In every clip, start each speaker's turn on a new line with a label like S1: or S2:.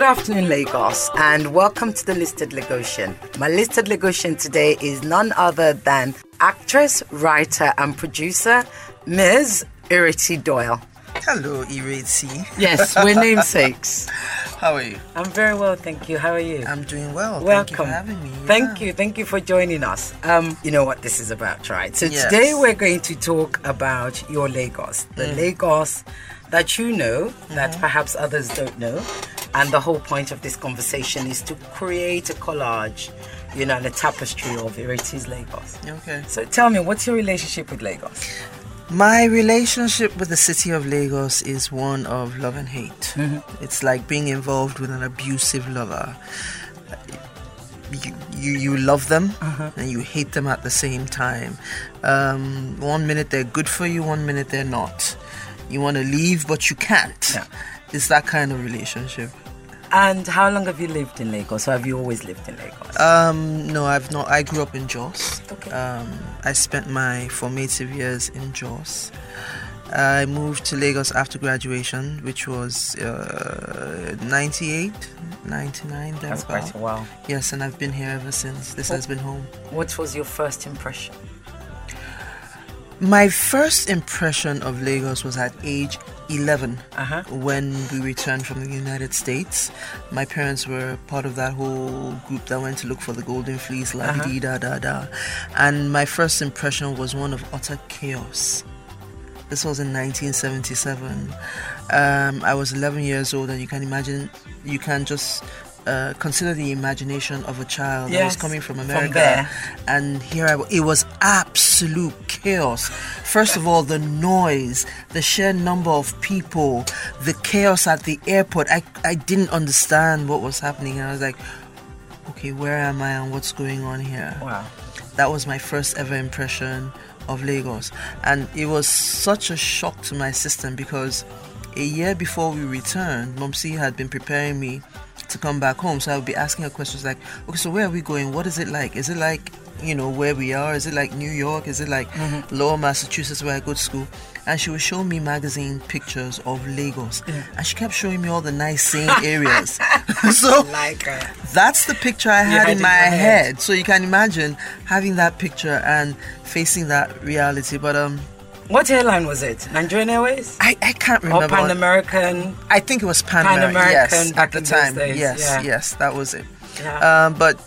S1: afternoon, Lagos, and welcome to the Listed Lagosian. My Listed Lagosian today is none other than actress, writer, and producer Ms. Iriti Doyle.
S2: Hello, Iriti.
S1: Yes, we're namesakes.
S2: How are you?
S1: I'm very well, thank you. How are you?
S2: I'm doing well. Thank you for
S1: Welcome.
S2: having me.
S1: Thank
S2: Yeah.
S1: you. Thank you for joining us. Um, you know what this is about, right? So
S2: Yes.
S1: today we're going to talk about your Lagos, the
S2: Mm.
S1: Lagos that you know, that
S2: Mm-hmm.
S1: perhaps others don't know. And the whole point of this conversation is to create a collage, you know, and a tapestry of Iriti's Lagos.
S2: Okay.
S1: So tell me, what's your relationship with Lagos?
S2: My relationship with the city of Lagos is one of love and hate.
S1: Mm-hmm.
S2: It's like being involved with an abusive lover. You, you, you love them
S1: Uh-huh.
S2: and you hate them at the same time. Um, one minute they're good for you, one minute they're not. You want to leave, but you can't.
S1: Yeah.
S2: It's that kind of relationship.
S1: And how long have you lived in Lagos, or have you always lived in Lagos?
S2: Um, no, I've not. I grew up in Jos.
S1: Okay.
S2: Um, I spent my formative years in Jos. I moved to Lagos after graduation, which was uh, 98, 99.
S1: That's
S2: thereabout.
S1: quite Oh. a while.
S2: Yes, and I've been here ever since. This has been home.
S1: What was your first impression?
S2: My first impression of Lagos was at age 11
S1: Uh-huh.
S2: when we returned from the United States. My parents were part of that whole group that went to look for the Golden Fleece, la di da da da. And my first impression was one of utter chaos. This was in 1977. Um, I was 11 years old, and you can imagine, you can just uh, consider the imagination of a child that was
S1: Yes,
S2: coming from
S1: from
S2: America.
S1: there.
S2: And here I w- it was absolute chaos. First of all, the noise, the sheer number of people, the chaos at the airport. I, I didn't understand what was happening. And I was like, okay, where am I and what's going on here?
S1: Wow.
S2: that was my first ever impression of Lagos. And it was such a shock to my system because a year before we returned, Mumsy had been preparing me to come back home. So I would be asking her questions like, okay, so where are we going? What is it like? Is it like, you know, where we are? Is it like New York? Is it like Lower Massachusetts where I go to school? And she would show me magazine pictures of Lagos. And she kept showing me all the nice same areas. so
S1: Like, uh,
S2: that's the picture I had
S1: had
S2: in
S1: in
S2: my
S1: your head.
S2: head. So you can imagine having that picture and facing that reality. But um,
S1: what airline was it? Nigerian Airways?
S2: I, I can't
S1: Or
S2: remember.
S1: Pan American.
S2: I think it was Pan American. Yes,
S1: Pan-American
S2: at
S1: back
S2: the
S1: in those
S2: time.
S1: days,
S2: Yes,
S1: yeah.
S2: yes, that was it.
S1: Yeah.
S2: Um, but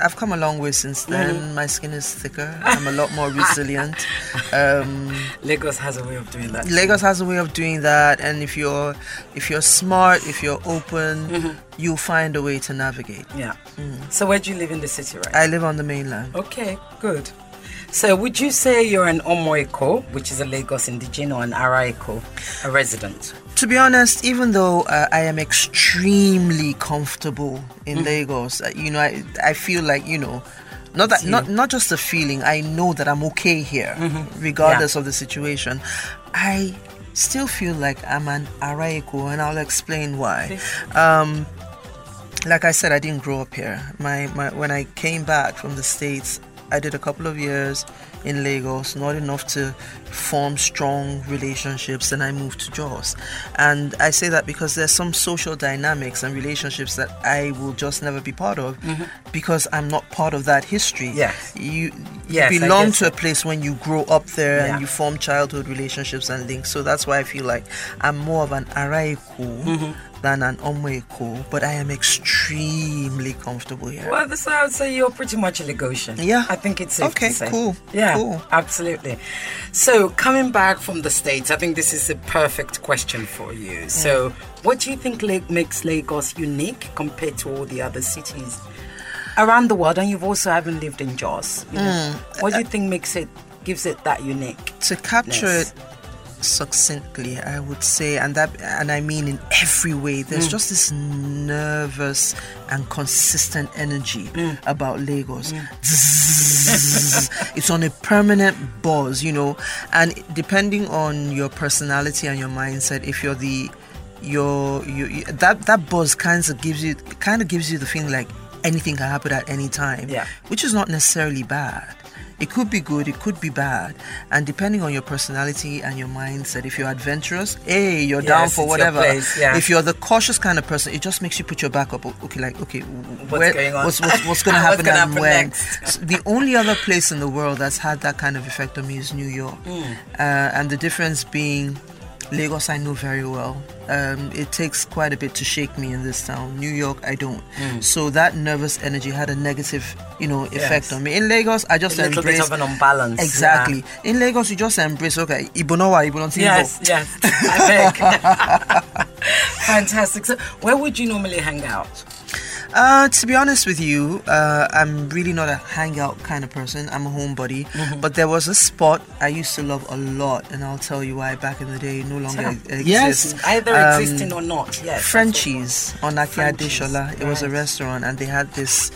S2: I've come a long way since
S1: Mm-hmm.
S2: then. My skin is thicker. I'm a lot more resilient. Um,
S1: Lagos has a way of doing that.
S2: Lagos has a way of doing that, and if you're if you're smart, if you're open,
S1: Mm-hmm.
S2: you'll find a way to navigate.
S1: yeah.
S2: Mm.
S1: So where do you live in the city, right?
S2: I live on the mainland.
S1: okay, good. So would you say you're an Omoeko, which is a Lagos indigenous, or an Araiko, a resident?
S2: To be honest, even though uh, I am extremely comfortable in Lagos, uh, you know, I, I feel like you know, not that not not just the feeling. I know that I'm okay here, regardless of the situation. I still feel like I'm an Araiko, and I'll explain why. Um, like I said, I didn't grow up here. My, my when I came back from the states, I did a couple of years in Lagos, not enough to form strong relationships. Then I moved to Jos, and I say that because there's some social dynamics and relationships that I will just never be part of because I'm not part of that history.
S1: Mm-hmm. Yes.
S2: you,
S1: Yes, I
S2: you belong
S1: guess
S2: to a place when you grow up there
S1: Yeah.
S2: and you form childhood relationships and links. So that's why I feel like I'm more of an Araiku than an Omoeko, but I am extremely comfortable here.
S1: Well, this I would say you're pretty much a Lagosian.
S2: Yeah.
S1: I think it's safe
S2: Okay,
S1: to say.
S2: cool,
S1: Yeah,
S2: cool.
S1: absolutely. So coming back from the states, I think this is a perfect question for you. So, what do you think La- makes Lagos unique compared to all the other cities around the world? And you've also haven't lived in Jos. You know?
S2: Hmm.
S1: What
S2: Uh,
S1: do you think makes it gives it that unique?
S2: To capture
S1: Yes.
S2: it succinctly, I would say, and that, and I mean in every way. There's
S1: Mm.
S2: just this nervous and consistent energy
S1: Mm.
S2: about Lagos. Zzzz. it's on a permanent buzz, you know. And depending on your personality and your mindset, if you're the your, your you- that that buzz kind of gives you kind of gives you the feeling like anything can happen at any time
S1: Yeah.
S2: which is not necessarily bad It could be good, it could be bad. And depending on your personality and your mindset, if you're adventurous, hey, you're down
S1: Yes,
S2: for
S1: it's your
S2: whatever.
S1: place, yeah.
S2: If you're the cautious kind of person, it just makes you put your back up. Okay, like, okay, what's
S1: going on?
S2: What's, what's, what's going to
S1: What's
S2: happen
S1: gonna
S2: and
S1: happen
S2: when?
S1: next?
S2: So the only other place in the world that's had that kind of effect on me is New York.
S1: Hmm.
S2: Uh, and the difference being Lagos, I know very well. Um, it takes quite a bit to shake me in this town. New York, I don't. So that nervous energy had a negative, you know,
S1: Hmm. Yes.
S2: effect on me. In Lagos, I just
S1: A little
S2: embrace
S1: bit of an unbalance.
S2: exactly. In Lagos, you just embrace. Okay, Ibonowa, Ibono
S1: Yeah. Yes, yes. I beg. Fantastic. So, where would you normally hang out?
S2: Uh, to be honest with you, uh, I'm really not a hangout kind of person. I'm a homebody. But there was a spot I used to love a lot, and I'll tell you why back in the day it no longer exists.
S1: Either
S2: Um,
S1: existing or not. Yes.
S2: Frenchies on Akia
S1: Frenchies,
S2: Deshola. It was a
S1: right.
S2: restaurant, and they had this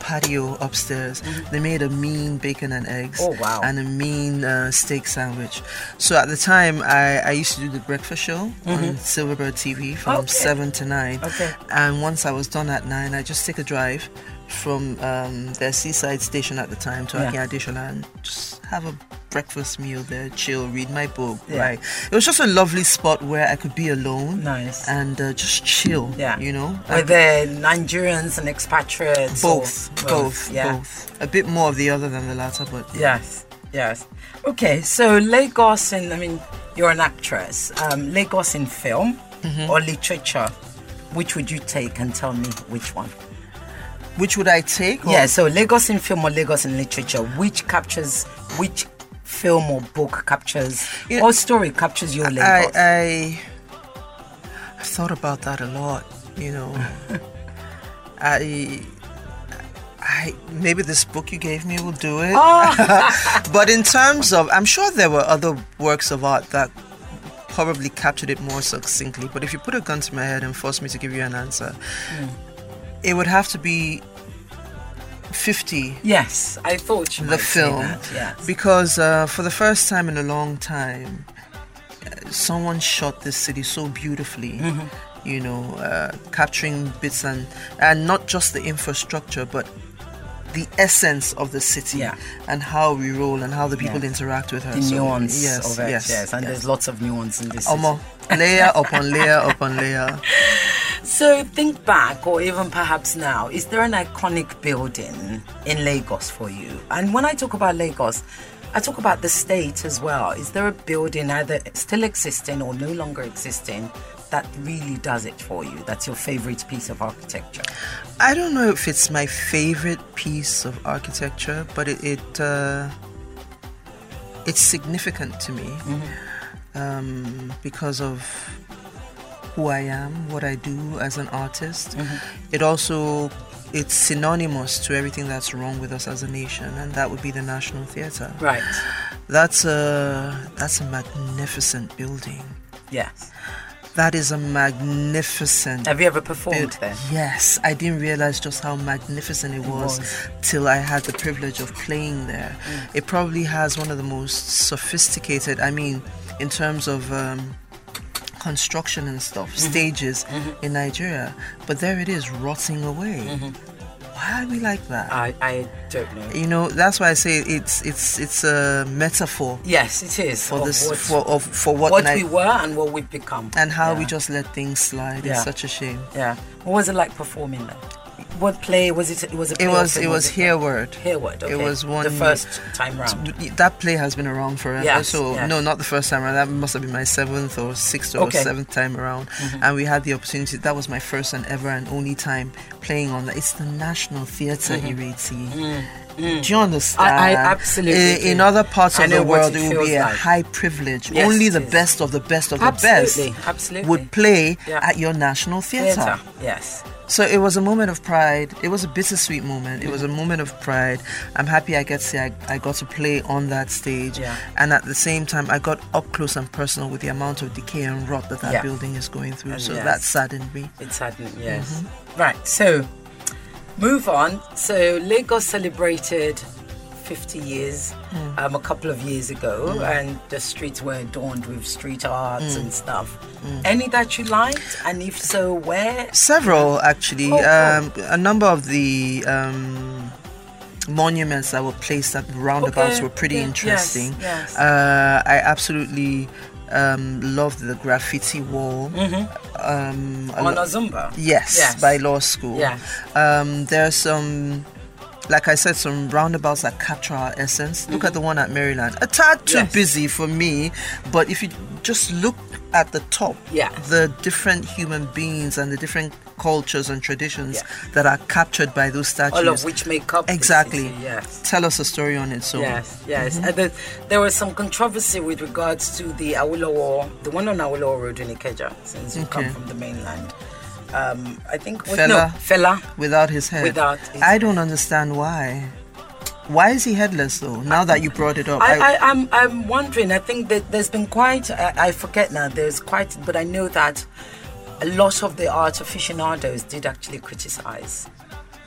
S2: patio upstairs. They made a mean bacon and eggs.
S1: Mm-hmm. Oh, wow.
S2: And a mean uh, steak sandwich. So at the time, I, I used to do the breakfast show on Silverbird TV from
S1: Mm-hmm. Okay.
S2: seven to nine.
S1: Okay.
S2: And once I was done at nine, I just take a drive from um, their seaside station at the time to
S1: Yeah.
S2: Akia Deshola and just have a breakfast meal there, chill, read my book.
S1: Yeah.
S2: Right. It was just a lovely spot where I could be alone
S1: Nice.
S2: and uh, just chill.
S1: Yeah.
S2: you know,
S1: Were
S2: And
S1: there Nigerians and expatriates? or-
S2: both, both, both,
S1: Yeah.
S2: A bit more of the other than the latter, but
S1: Yes, yes. Okay, so Lagos in, I mean, you're an actress. Um, Lagos in film or literature, which would you take and tell me which one?
S2: Which would I take? or-
S1: Yeah, so Lagos in film or Lagos in literature, which captures, which film or book captures,
S2: You know,
S1: or story captures your
S2: I,
S1: Lagos?
S2: I, I've thought about that a lot. You know, I, I maybe this book you gave me will do it. but in terms of, I'm sure there were other works of art that probably captured it more succinctly. But if you put a gun to my head and force me to give you an answer, it would have to be fifty
S1: yes, I thought you
S2: the
S1: might say
S2: film
S1: that, yes.
S2: because uh, for the first time in a long time uh, someone shot this city so beautifully
S1: Mm-hmm.
S2: you know uh, capturing bits and and not just the infrastructure but the essence of the city
S1: Yeah.
S2: and how we roll and how the people
S1: Yes.
S2: interact with her
S1: the
S2: So,
S1: nuance
S2: yes
S1: of it, yes,
S2: yes
S1: and there's lots of nuance in this. city.
S2: Omo, layer upon layer upon layer
S1: So think back, or even perhaps now, is there an iconic building in Lagos for you? And when I talk about Lagos, I talk about the state as well. Is there a building either still existing or no longer existing that really does it for you? That's your favorite piece of architecture?
S2: I don't know if it's my favorite piece of architecture, but it, it uh, it's significant to me um, because of who I am, what I do as an artist. It also it's synonymous to everything that's wrong with us as a nation, and that would be the National Theatre.
S1: Right.
S2: That's a that's a magnificent building.
S1: Yes.
S2: That is a magnificent
S1: Have you ever performed there?
S2: Yes, I didn't realize just how magnificent it
S1: was.
S2: was,
S1: Mm.
S2: till I had the privilege of playing there. It probably has one of the most sophisticated, I mean, in terms of um, construction and stuff,
S1: Mm-hmm.
S2: stages in Nigeria. But there it is, rotting away.
S1: Mm-hmm.
S2: Why are we like that?
S1: I, I don't know.
S2: you know, that's why I say it's it's it's a metaphor
S1: Yes, it is.
S2: for
S1: of
S2: this
S1: what,
S2: for of, for what,
S1: what
S2: Ni-
S1: we were and what we've become.
S2: and how we
S1: Yeah.
S2: just let things slide.
S1: Yeah.
S2: It's such a shame.
S1: Yeah. What was it like performing there? What play was it? It was a.
S2: It
S1: play or
S2: was
S1: film,
S2: it was Hereward.
S1: Hayward. Okay.
S2: It was one
S1: The first time round.
S2: That play has been around forever.
S1: Yes,
S2: so
S1: yes.
S2: no, not the first time around. That must have been my seventh or sixth or
S1: Okay. Mm-hmm.
S2: seventh time around. And we had the opportunity. That was my first and ever and only time playing on that. It's the National theater Ireti. Do you understand?
S1: Mm-hmm. I- I absolutely
S2: In, in
S1: do.
S2: other parts
S1: I
S2: of the
S1: know what
S2: world,
S1: it
S2: it, would be
S1: feels
S2: a
S1: like.
S2: high privilege.
S1: Yes,
S2: Only
S1: it
S2: the
S1: is.
S2: best of the best of
S1: Absolutely,
S2: the best
S1: absolutely.
S2: would play
S1: Yeah.
S2: at your National
S1: Theatre. Yes.
S2: so it was a moment of pride. It was a bittersweet moment. It was a moment of pride. I'm happy I get to say I, I got to play on that stage.
S1: Yeah.
S2: And at the same time, I got up close and personal with the amount of decay and rot that that
S1: Yeah.
S2: building is going through.
S1: And
S2: so
S1: yes.
S2: that saddened me.
S1: It's happening. Yes.
S2: Mm-hmm.
S1: Right. So, move on. So Lagos celebrated 50 years
S2: Mm.
S1: um, a couple of years ago, and the streets were adorned with street arts
S2: Mm.
S1: and stuff. Any that you liked, and if so, where?
S2: Several, actually.
S1: Oh, cool.
S2: um, a number of the um, monuments that were placed at the roundabouts
S1: Okay,
S2: were pretty
S1: yeah, yes,
S2: interesting.
S1: yes.
S2: Uh, I absolutely um, loved the graffiti wall. Um, a
S1: Mm-hmm. On
S2: lo-
S1: Azumba?
S2: yes,
S1: Yes.
S2: by law school.
S1: Yeah.
S2: Um, there are some. Like I said, some roundabouts that capture our essence. Look at the one at Maryland. A tad too
S1: Yes.
S2: busy for me, but if you just look at the top,
S1: Yeah.
S2: the different human beings and the different cultures and traditions
S1: Yeah.
S2: that are captured by those statues.
S1: All of which make up the
S2: Exactly.
S1: city, yes.
S2: Tell us a story on it. So mm-hmm.
S1: Yes, yes. And the, there was some controversy with regards to the Awolowo, the one on Awolowo Road in Ikeja, since you come
S2: Okay.
S1: from the mainland. Um, I think was,
S2: Fela.
S1: no Fela.
S2: without his head.
S1: Without his
S2: I don't understand why. Why is he headless though? Now that you brought it up,
S1: I, I, I'm, I'm wondering. I think that there's been quite. I, I forget now. There's quite, but I know that a lot of the art aficionados did actually criticize.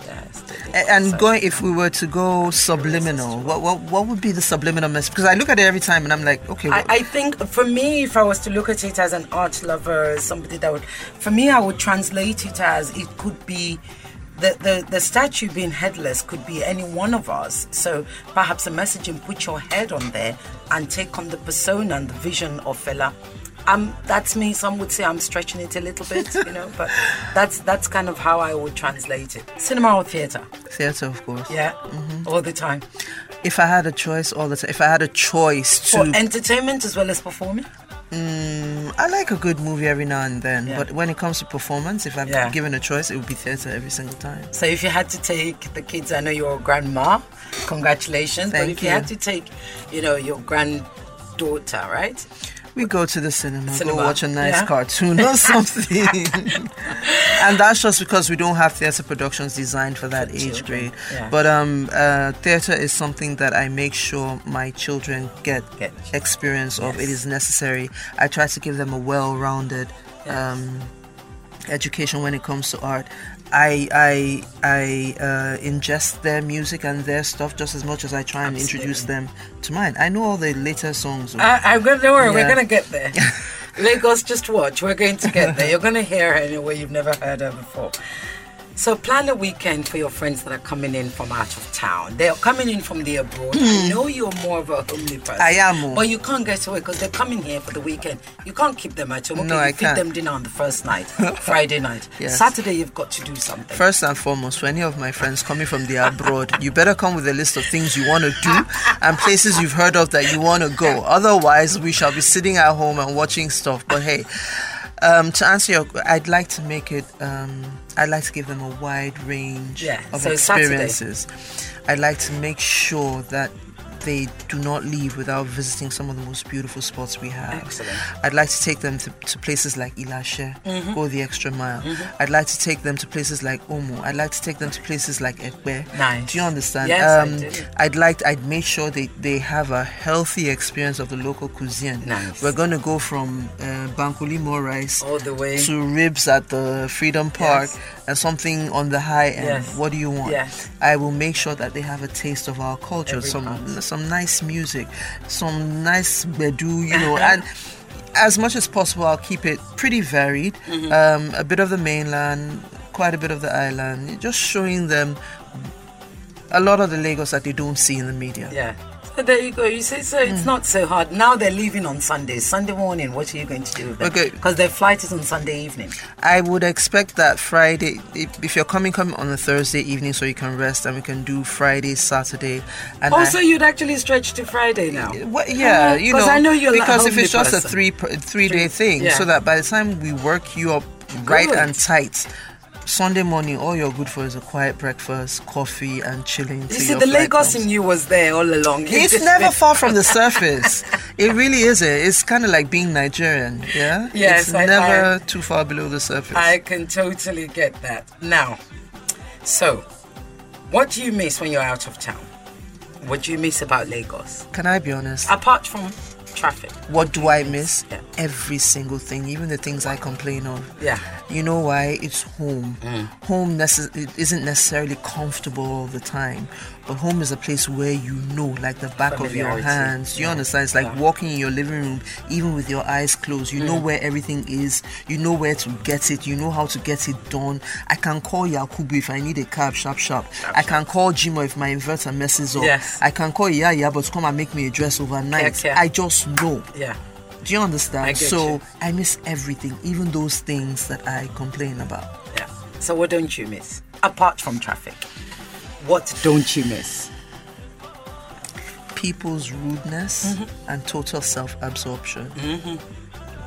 S1: Yes. they did
S2: A- and
S1: criticize.
S2: going if we were to go subliminal, what what, what would be the subliminal message? Because I look at it every time and I'm like, okay,
S1: I,
S2: what-
S1: I think for me, if I was to look at it as an art lover, somebody that would, for me, I would translate it as it could be. The, the, the statue being headless could be any one of us. So perhaps a message and put your head on there and take on the persona and the vision of fella. Um, that's me. Some would say I'm stretching it a little bit, you know, but that's that's kind of how I would translate it. Cinema or theatre?
S2: theater, of course.
S1: Yeah, all the time
S2: If I had a choice all the time, if I had a choice to,
S1: for entertainment as well as performing.
S2: I like a good movie every now and then.
S1: Yeah.
S2: But when it comes to performance, if I'm
S1: Yeah.
S2: given a choice, it would be theater every single time.
S1: So if you had to take the kids, I know you're a grandma, congratulations. but
S2: Thank
S1: if you.
S2: you.
S1: had to take, you know, your granddaughter, right?
S2: We go to the cinema,
S1: Cinema,
S2: go watch a nice
S1: yeah.
S2: cartoon or something. and that's just because we don't have theatre productions designed for that age
S1: children,
S2: grade.
S1: yeah.
S2: But um, uh, theatre is something that I make sure my children get
S1: Get.
S2: experience of.
S1: Yes.
S2: It is necessary. I try to give them a well rounded
S1: Yes.
S2: um, education when it comes to art. I I I uh, ingest their music and their stuff just as much as I try and introduce them to mine. I know all the later songs. of-
S1: I, I'm gonna don't worry, we're
S2: Yeah.
S1: gonna get there. Lagos, just watch. We're going to get there. You're gonna hear her in a way you've never heard her before. So plan a weekend for your friends that are coming in from out of town. They're coming in from the abroad. I know you're more of a homely person.
S2: Mm. I am, oh.
S1: But you can't get away because they're coming here for the weekend. You can't keep them at home. Okay,
S2: No,
S1: you
S2: I
S1: feed
S2: can't.
S1: them dinner on the first night, Friday night.
S2: Yes.
S1: Saturday you've got to do something.
S2: First and foremost, for any of my friends coming from the abroad, you better come with a list of things you want to do and places you've heard of that you want to go. Otherwise, we shall be sitting at home and watching stuff. But hey, um, to answer your, I'd like to make it. Um, I'd like to give them a wide range
S1: Yeah,
S2: of
S1: so Saturday.
S2: experiences. I'd like to make sure that they do not leave without visiting some of the most beautiful spots we have.
S1: Excellent.
S2: I'd like to take them to, to places like Ilashe,
S1: Mm-hmm.
S2: go the extra mile. I'd like to take them to places like Omo. I'd like to take them to places like Ekbe.
S1: Nice.
S2: Do you understand? Um,
S1: Yes, I do.
S2: I'd like I'd make sure they, they have a healthy experience of the local cuisine.
S1: Nice.
S2: We're gonna go from uh, Bankuli more rice
S1: all the way.
S2: to ribs at the Freedom Park
S1: Yes.
S2: and something on the high end.
S1: Yes.
S2: What do you want?
S1: Yes.
S2: I will make sure that they have a taste of our culture,
S1: Every
S2: some
S1: part.
S2: some nice music, some nice bedu, you know, and as much as possible, I'll keep it pretty varied.
S1: Mm-hmm.
S2: Um, a bit of the mainland, quite a bit of the island, just showing them a lot of the Lagos that they don't see in the media.
S1: Yeah. So there you go. You say so.
S2: Hmm.
S1: It's not so hard. Now they're leaving on Sunday. Sunday morning. What are you going to do with them?
S2: Okay.
S1: Because their flight is on Sunday evening.
S2: I would expect that Friday, if, if you're coming, come on a Thursday evening so you can rest and we can do Friday, Saturday. And
S1: Also, you'd actually stretch to Friday now.
S2: I, what, yeah,
S1: Uh,
S2: you
S1: 'cause
S2: know,
S1: I know you're a
S2: because if
S1: homely
S2: it's just a
S1: person.
S2: three per- three day thing,
S1: yeah.
S2: so that by the time we work you up right
S1: Good.
S2: and tight. Sunday morning, all you're good for is a quiet breakfast, coffee, and chilling.
S1: You see, the Lagos in you was there all along. You
S2: It's
S1: just-
S2: never far from the surface. It really isn't. It's kind of like being Nigerian, yeah?
S1: Yes,
S2: It's
S1: I-
S2: never too far below the surface.
S1: I can totally get that. Now, so, what do you miss when you're out of town? What do you miss about Lagos?
S2: Can I be honest?
S1: Apart from traffic.
S2: What do I miss?
S1: Yeah.
S2: Every single thing, even the things I complain of.
S1: Yeah.
S2: You know
S1: Mm.
S2: why? It's home. Home necess- it isn't necessarily comfortable all the time, But home is a place where you know, like the back of your
S1: Familiarity.
S2: hands. You
S1: Yeah.
S2: understand? It's like
S1: Yeah. Mm.
S2: walking in your living room, even with your eyes closed. You know where everything is. You know where to get it. You know how to get it done. I can call Yakubu if I need a cab, sharp, sharp. I can call Jimo if my inverter messes up.
S1: Yes.
S2: I can call Yaya, but come and make me a dress overnight.
S1: Care, care.
S2: I just know.
S1: Yeah.
S2: Do you understand?
S1: I get
S2: so
S1: you.
S2: I miss everything, even those things that I complain about.
S1: Yeah. So what don't you miss? Apart from traffic. What don't you miss?
S2: People's rudeness
S1: Mm-hmm.
S2: and total self absorption.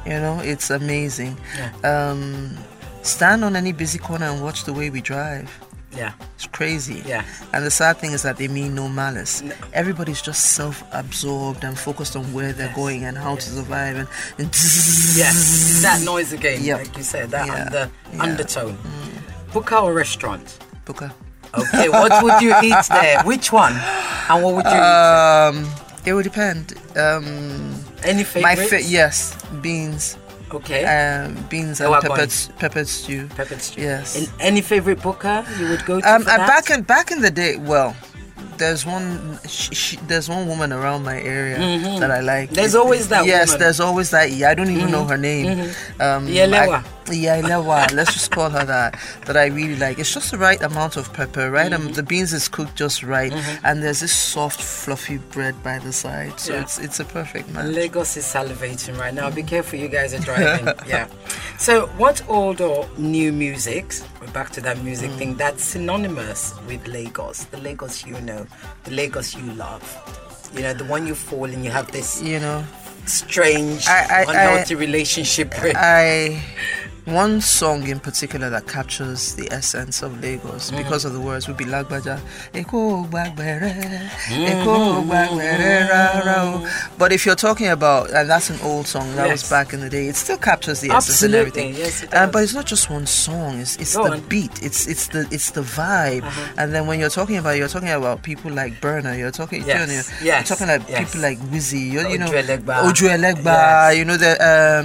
S2: You know, it's amazing. Um, stand on any busy corner and watch the way we drive.
S1: Yeah.
S2: It's crazy.
S1: Yeah.
S2: And the sad thing is that they mean no malice. Everybody's just self absorbed and focused on where they're going and how to survive. And, and
S1: Yes. That noise again,
S2: Yeah.
S1: like you said, that
S2: Yeah.
S1: under
S2: Yeah. Mm.
S1: undertone. Booker or restaurant?
S2: Booker.
S1: Okay, what would you eat there? Which one? And what would you
S2: Um, it will depend. Um,
S1: eat? Any
S2: my
S1: favorite?
S2: fa- yes, beans,
S1: Okay.
S2: um, beans
S1: Oh,
S2: and
S1: I'm
S2: peppered,
S1: going.
S2: peppered stew.
S1: Peppered stew.
S2: yes.
S1: And any favorite booker you would go to?
S2: Um,
S1: for
S2: and
S1: that?
S2: back in back in the day, well, there's one she, she, there's one woman around my area that I like.
S1: Mm-hmm. There's always that
S2: Yes,
S1: woman. Mm-hmm.
S2: there's always that. Yeah, I don't even know her name. Um,
S1: Yelewa.
S2: I- Yelewa. Let's just call her that. That I really like. It's just the right amount of pepper, right? Um,
S1: Mm-hmm.
S2: the beans is cooked just right, and there's this soft, fluffy bread by the side. So
S1: Yeah.
S2: it's it's a perfect match.
S1: Lagos is salivating right now. Be careful, you guys are driving. yeah. So, what old or new music? We're back to that music
S2: Mm.
S1: thing that's synonymous with Lagos, the Lagos you know, the Lagos you love. You know, the one you fall in, you have this
S2: You know.
S1: strange,
S2: I- I-
S1: unhealthy relationship with.
S2: I one song in particular that captures the essence of Lagos
S1: Mm.
S2: because of the words would be Lagbaja. Eko gbagbere,
S1: Mm.
S2: Eko gbagbere rara o." But if you're talking about and that's an old song that
S1: Yes.
S2: was back in the day, it still captures the essence
S1: Absolutely,
S2: and everything.
S1: yes, it
S2: Uh,
S1: does.
S2: but it's not just one song, it's it's
S1: Go
S2: the
S1: on. Uh-huh.
S2: beat, it's it's the it's the vibe. And then when you're talking about you're talking about people like Burner, you're talking
S1: Yes,
S2: you're,
S1: yes,
S2: talking about
S1: yes.
S2: people like Wizzy, you're, you know
S1: Ojuelegba.
S2: Ojuelegba,
S1: Yes.
S2: you know the um,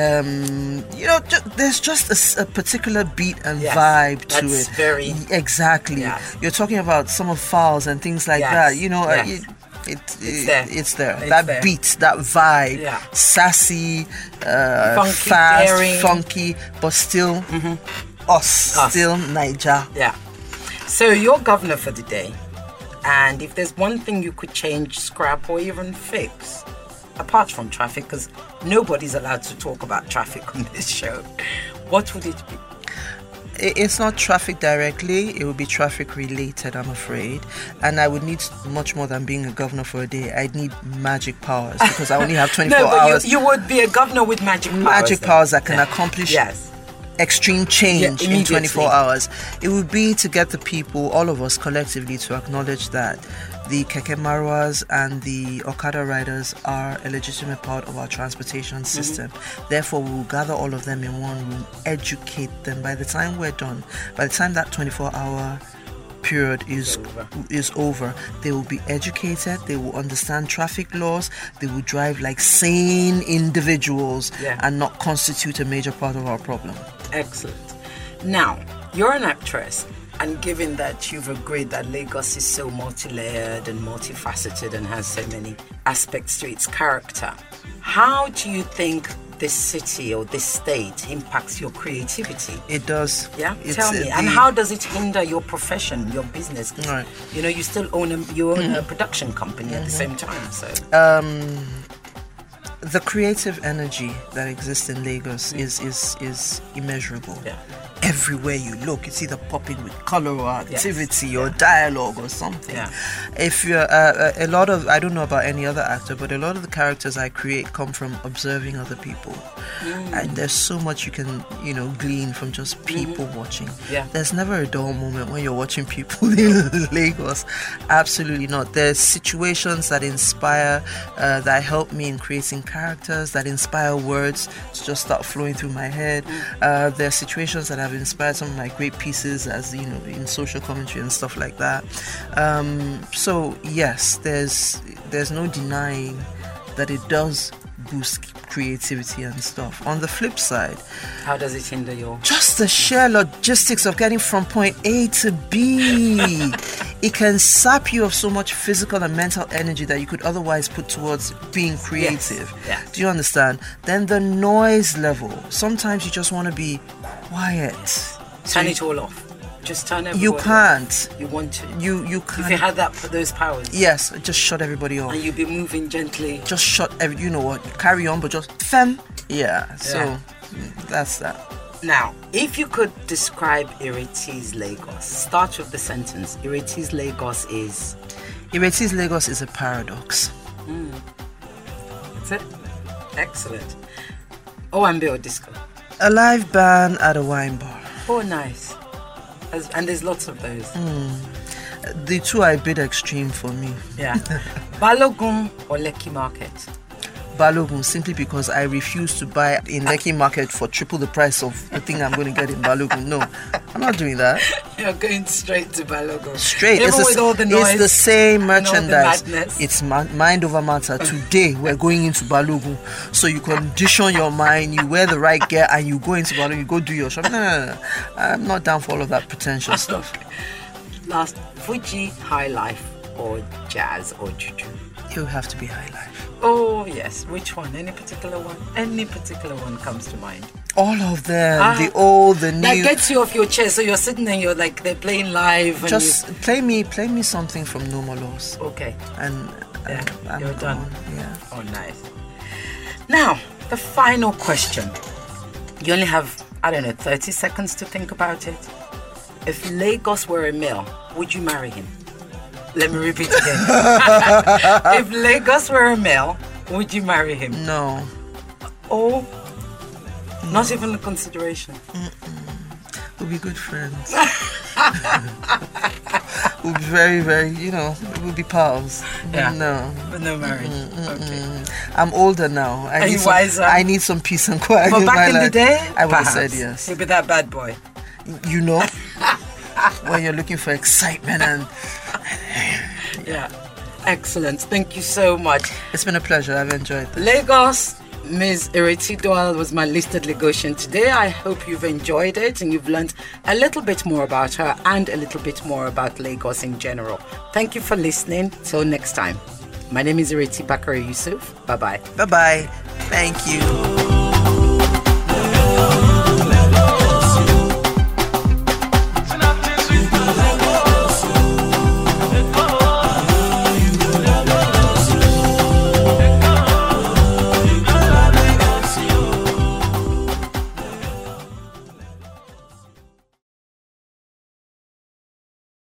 S2: um, you know ju- there's just a s- a, particular beat and
S1: Yes,
S2: vibe to
S1: that's
S2: it
S1: very-
S2: Y- exactly
S1: Yes.
S2: you're talking about summer fouls and things like
S1: Yes,
S2: that you know uh,
S1: yes.
S2: it, it,
S1: It's
S2: it-
S1: there.
S2: it's there
S1: It's
S2: that
S1: there.
S2: beat that vibe
S1: Yeah.
S2: sassy uh,
S1: Funky,
S2: fast
S1: daring. Mm-hmm.
S2: funky but still us,
S1: Us.
S2: still Niger
S1: Yeah. So you're governor for the day, and if there's one thing you could change, scrap, or even fix, apart from traffic, because nobody's allowed to talk about traffic on this show, what would it be?
S2: I- It's not traffic directly, it would be traffic related, I'm afraid. And I would need much more than being a governor for a day. I'd need magic powers because I only have 24
S1: No, but
S2: hours.
S1: you, you would be a governor with magic powers.
S2: magic
S1: then.
S2: powers that can accomplish
S1: Yes.
S2: extreme change in
S1: immediately.
S2: 24 hours. It would be to get the people, all of us collectively, to acknowledge that the Keke Marwas and the Okada riders are a legitimate part of our
S1: Mm-hmm.
S2: transportation system. Therefore, we will gather all of them in one room, educate them. By the time we're done, by the time that 24 hour period is is over they will be educated they will understand traffic laws they will drive like sane individuals
S1: Yeah.
S2: and not constitute a major part of our problem
S1: Excellent. Now, you're an actress, and given that you've agreed that Lagos is so multi layered and multifaceted and has so many aspects to its character, how do you think this city or this state impacts your creativity?
S2: It does.
S1: Yeah,
S2: It's
S1: tell
S2: a- Mm.
S1: me. And
S2: the-
S1: how does it hinder your profession, your business?
S2: Right.
S1: You know, you still own a, you own
S2: Mm-hmm.
S1: a production company at the same time, so
S2: Um, the creative energy that exists in Lagos is is is immeasurable.
S1: Mm. Yeah.
S2: Everywhere you look, it's either popping with color or
S1: Yes.
S2: activity or dialogue or something.
S1: Yeah.
S2: If you're uh, a a lot of I don't know about any other actor, but a lot of the characters I create come from observing other people,
S1: Mm.
S2: and there's so much you can you know glean from just people watching.
S1: Mm-hmm. Yeah.
S2: There's never a dull moment when you're watching people in Lagos. Absolutely not. There's situations that inspire, uh, that help me in creating characters, that inspire words to just start flowing through my head. Uh, there are situations that have inspired some of my great pieces, as you know, in social commentary and stuff like that. Um, so yes, there's there's no denying that it does boost creativity and stuff. On the flip side,
S1: how does it hinder your
S2: just the sheer logistics of getting from point A to B it can sap you of so much physical and mental energy that you could otherwise put towards being creative.
S1: Yes, yeah.
S2: Do you understand? Then the noise level. Sometimes you just want to be quiet. So
S1: Turn
S2: you-
S1: it all off. Just turn everyone
S2: you
S1: off.
S2: can't.
S1: You want to.
S2: You you
S1: if you
S2: can't.
S1: had that those powers,
S2: Yes, just shut everybody off.
S1: and you'd be moving gently.
S2: Just shut every. You know what? Carry on, but just fem. Yeah. So
S1: Yeah.
S2: mm, that's that.
S1: Now, if you could describe Iritis Lagos, start with the sentence. Iritis Lagos is.
S2: Iretis Lagos is a paradox.
S1: That's it. Excellent. Oh, and Bill Disco.
S2: A live band at a wine bar.
S1: Oh, nice. As- And there's lots of those.
S2: Mm. The two are a bit extreme for me.
S1: Yeah. Balogun or Lekki Market.
S2: Balogun simply because I refuse to buy in Lekki market for triple the price of the thing I'm going to get in Balogun. No, I'm not doing that.
S1: You're going straight to Balogun.
S2: Straight.
S1: Even
S2: the
S1: with
S2: s-
S1: all the noise.
S2: it's the same
S1: and all the
S2: merchandise.
S1: madness.
S2: it's ma- mind over matter. Today we're going into Balogun. So you condition your mind, you wear the right gear, and you go into Balogun, you go do your shopping. No, no, no, no. I'm not down for all of that pretentious stuff.
S1: Last, Fuji High Life or Jazz or Juju.
S2: You have to be high life.
S1: Oh, yes. Which one? Any particular one? Any particular one comes to mind.
S2: All of them,
S1: Ah.
S2: the old, the
S1: That
S2: new.
S1: gets you off your chair. So you're sitting and you're like, they're playing live. And
S2: Just play me, play me something from No More Laws,
S1: you, okay.
S2: and, and
S1: Yeah,
S2: I'm
S1: you're done.
S2: gone. Yeah.
S1: Oh, nice. Now, the final question. You only have, I don't know, 30 seconds to think about it. If Lagos were a male, would you marry him? Let me repeat again. if Lagos were a male, would you marry him?
S2: No,
S1: Or not even a consideration.
S2: we'll be good friends. we'll be very, very, you know, we'll be pals.
S1: Yeah.
S2: No.
S1: But no marriage. Okay.
S2: I'm older now. I
S1: Are
S2: need
S1: you
S2: some,
S1: wiser?
S2: I need some peace and quiet.
S1: But
S2: in my
S1: back in the
S2: life.
S1: day,
S2: I would have
S1: perhaps.
S2: said yes.
S1: He'd be that bad boy.
S2: You know, when you're looking for excitement, and
S1: Yeah. Excellent. Thank you so much.
S2: it's been a pleasure. I've enjoyed. This.
S1: Lagos, Ms. Iretidoal was my listed Lagosian today. I hope you've enjoyed it and you've learned a little bit more about her and a little bit more about Lagos in general. Thank you for listening. Till next time. My name is Ireti Bakari Yusuf. Bye bye.
S2: Bye bye. Thank you.